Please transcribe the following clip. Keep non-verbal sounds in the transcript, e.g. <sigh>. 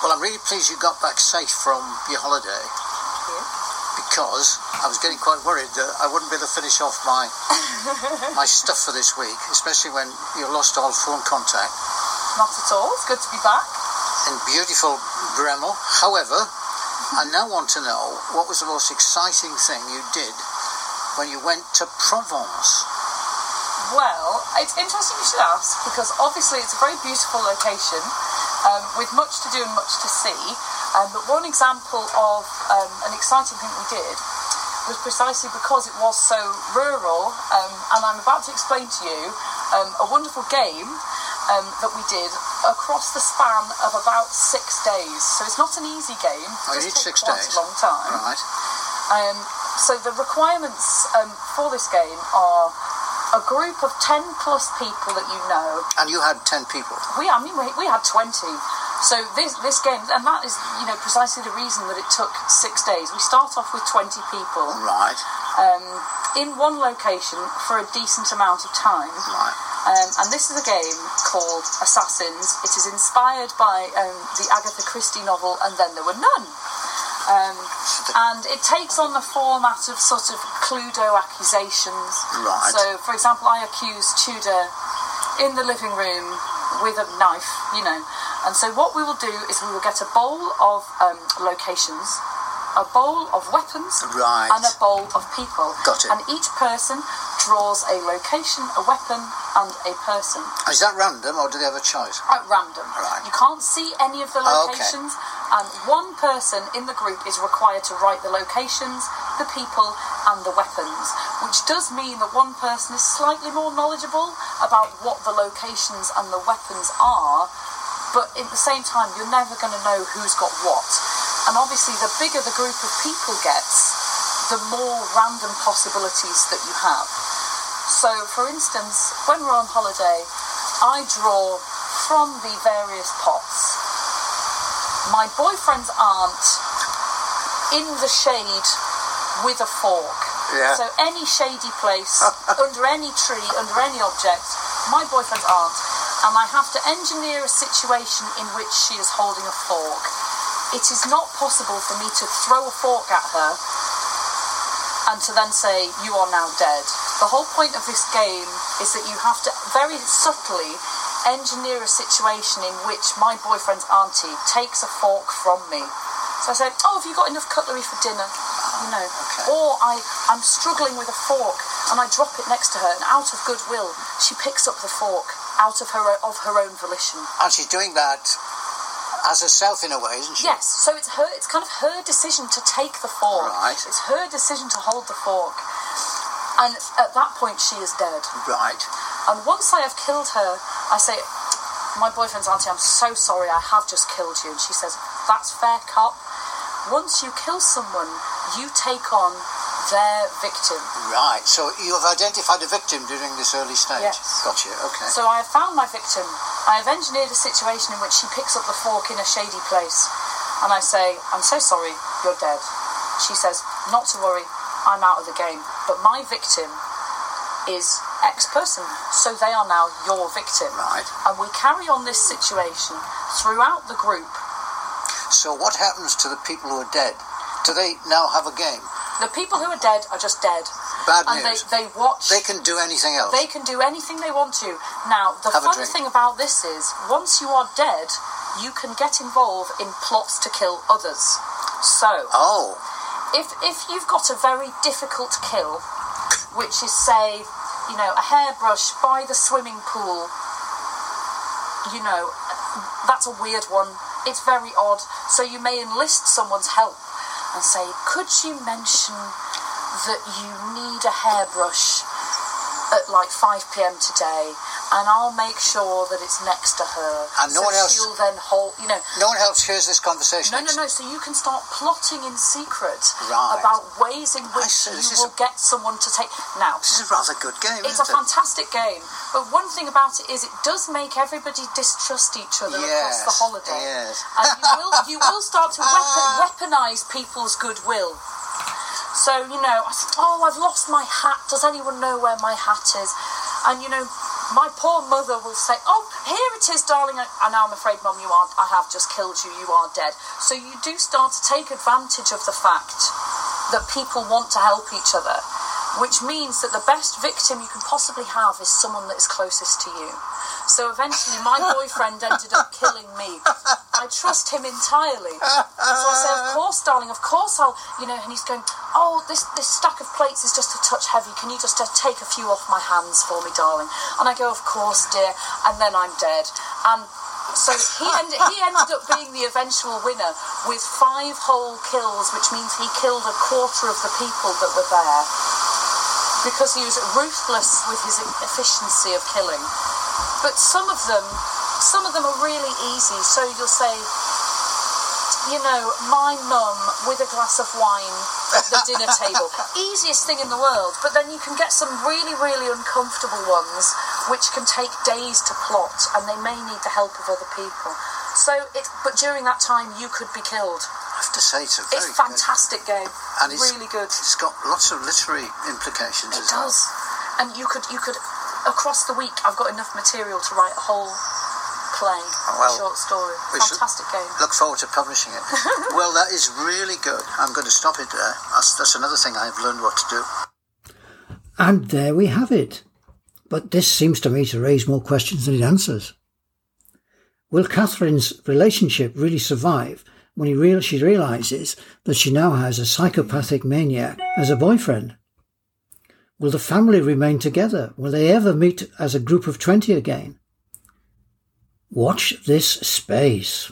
Well, I'm really pleased you got back safe from your holiday because I was getting quite worried that I wouldn't be able to finish off my my stuff for this week, especially when you lost all phone contact Not at all. It's good to be back. in beautiful Bremel. However, I now want to know what was the most exciting thing you did when you went to Provence. Well, it's interesting you should ask because obviously it's a very beautiful location um, with much to do and much to see. Um, but one example of um, an exciting thing we did was precisely because it was so rural. Um, and I'm about to explain to you um, a wonderful game um, that we did across the span of about six days. So it's not an easy game. Oh, you It does did take six quite days. a long time. Right. Um, so the requirements um, for this game are a group of 10 plus people that you know. And you had 10 people. We, I mean, we, we had 20. So this, this game, and that is, you know, precisely the reason that it took six days. We start off with 20 people Right. um, in one location for a decent amount of time. Right. Um, and this is a game called Assassins. It is inspired by um, the Agatha Christie novel, and then there were none. Um, and it takes on the format of sort of Cluedo accusations. Right. So, for example, I accuse Tudor in the living room with a knife, you know. And so, what we will do is we will get a bowl of um, locations, a bowl of weapons, Right. and a bowl of people. Got it. And each person draws a location, a weapon, and a person Is that random or do they have a choice? at random. Right. You can't see any of the Oh, okay. locations, and one person in the group is required to write the locations, the people, and the weapons, which does mean that one person is slightly more knowledgeable about what the locations and the weapons are, but at the same time, you're never going to know who's got what. And obviously, the bigger the group of people gets, the more random possibilities that you have. So, for instance, when we're on holiday, I draw from the various pots. My boyfriend's aunt in the shade with a fork. Yeah. So, any shady place, under any tree, under any object, my boyfriend's aunt, and I have to engineer a situation in which she is holding a fork. It is not possible for me to throw a fork at her and to then say you are now dead. The whole point of this game is that you have to very subtly engineer a situation in which my boyfriend's auntie takes a fork from me. So I say, oh, have you got enough cutlery for dinner? You know, Okay. or I I'm struggling with a fork and I drop it next to her, and out of goodwill, she picks up the fork out of her o- of her own volition. And Oh, she's doing that as herself in a way, isn't she? Yes, so it's her. It's kind of her decision to take the fork. Right. It's her decision to hold the fork, and at that point she is dead. Right. And once I have killed her, I say, "My boyfriend's auntie, I'm so sorry. I have just killed you." And she says, "That's fair, cop. Once you kill someone, you take on their victim." Right. So you have identified a victim during this early stage. Yes. Gotcha. Okay. So I have found my victim. I have engineered a situation in which she picks up the fork in a shady place, and I say, "I'm so sorry, you're dead." She says, "Not to worry, I'm out of the game." But my victim is X person, so they are now your victim. Right. And we carry on this situation throughout the group. So what happens to the people who are dead? Do they now have a game? The people who are dead are just dead, Bad and news. they they watch. They can do anything else. They can do anything they want to. Now, the Have a fun drink. thing about this is, once you are dead, you can get involved in plots to kill others. So, Oh, if if you've got a very difficult kill, which is say, you know, a hairbrush by the swimming pool, you know, that's a weird one. It's very odd. So you may enlist someone's help and say, could you mention that you need a hairbrush at like 5 p.m. today, and I'll make sure that it's next to her. And no so one else- She'll then hold, you know. no one else hears this conversation. No, no, no. So you can start plotting in secret Right. about ways in which see, this is you will get someone to take. Now, This is a rather good game, it's a isn't it? fantastic game, but one thing about it is it does make everybody distrust each other across the Yes, holiday, yes. and you will you will start <laughs> to weapon, weaponize people's goodwill. So you know, I said, oh, I've lost my hat. Does anyone know where my hat is? And you know, My poor mother will say, "Oh, here it is, darling," and now I'm afraid, Mum, you are. I have just killed you. You are dead. So you do start to take advantage of the fact that people want to help each other, which means that the best victim you can possibly have is someone that is closest to you. So eventually, my boyfriend ended up killing me. I trust him entirely. So I say, of course, darling, of course I'll, you know. And he's going, oh, this this stack of plates is just a touch heavy. Can you just uh, take a few off my hands for me, darling? And I go, of course, dear. And then I'm dead. And so he ended, he ended up being the eventual winner with five whole kills, which means he killed a quarter of the people that were there because he was ruthless with his efficiency of killing. But some of them, some of them are really easy. So you'll say, you know, my mum with a glass of wine at the <laughs> dinner table. Easiest thing in the world, but then you can get some really, really uncomfortable ones which can take days to plot and they may need the help of other people. So it but during that time you could be killed. I have to say it's a very It's good- fantastic game. and it's really good. It's got lots of literary implications It as well. does. And you could you could across the week I've got enough material to write a whole play, well, short story. we should- Fantastic game. Look forward to publishing <laughs> it. well, that is really good. I'm going to stop it there. That's, that's another thing I've learned what to do. And there we have it. But this seems to me to raise more questions than it answers. Will Catherine's relationship really survive when he real- she realizes that she now has a psychopathic maniac as a boyfriend? Will the family remain together? Will they ever meet as a group of 20 again? Watch this space.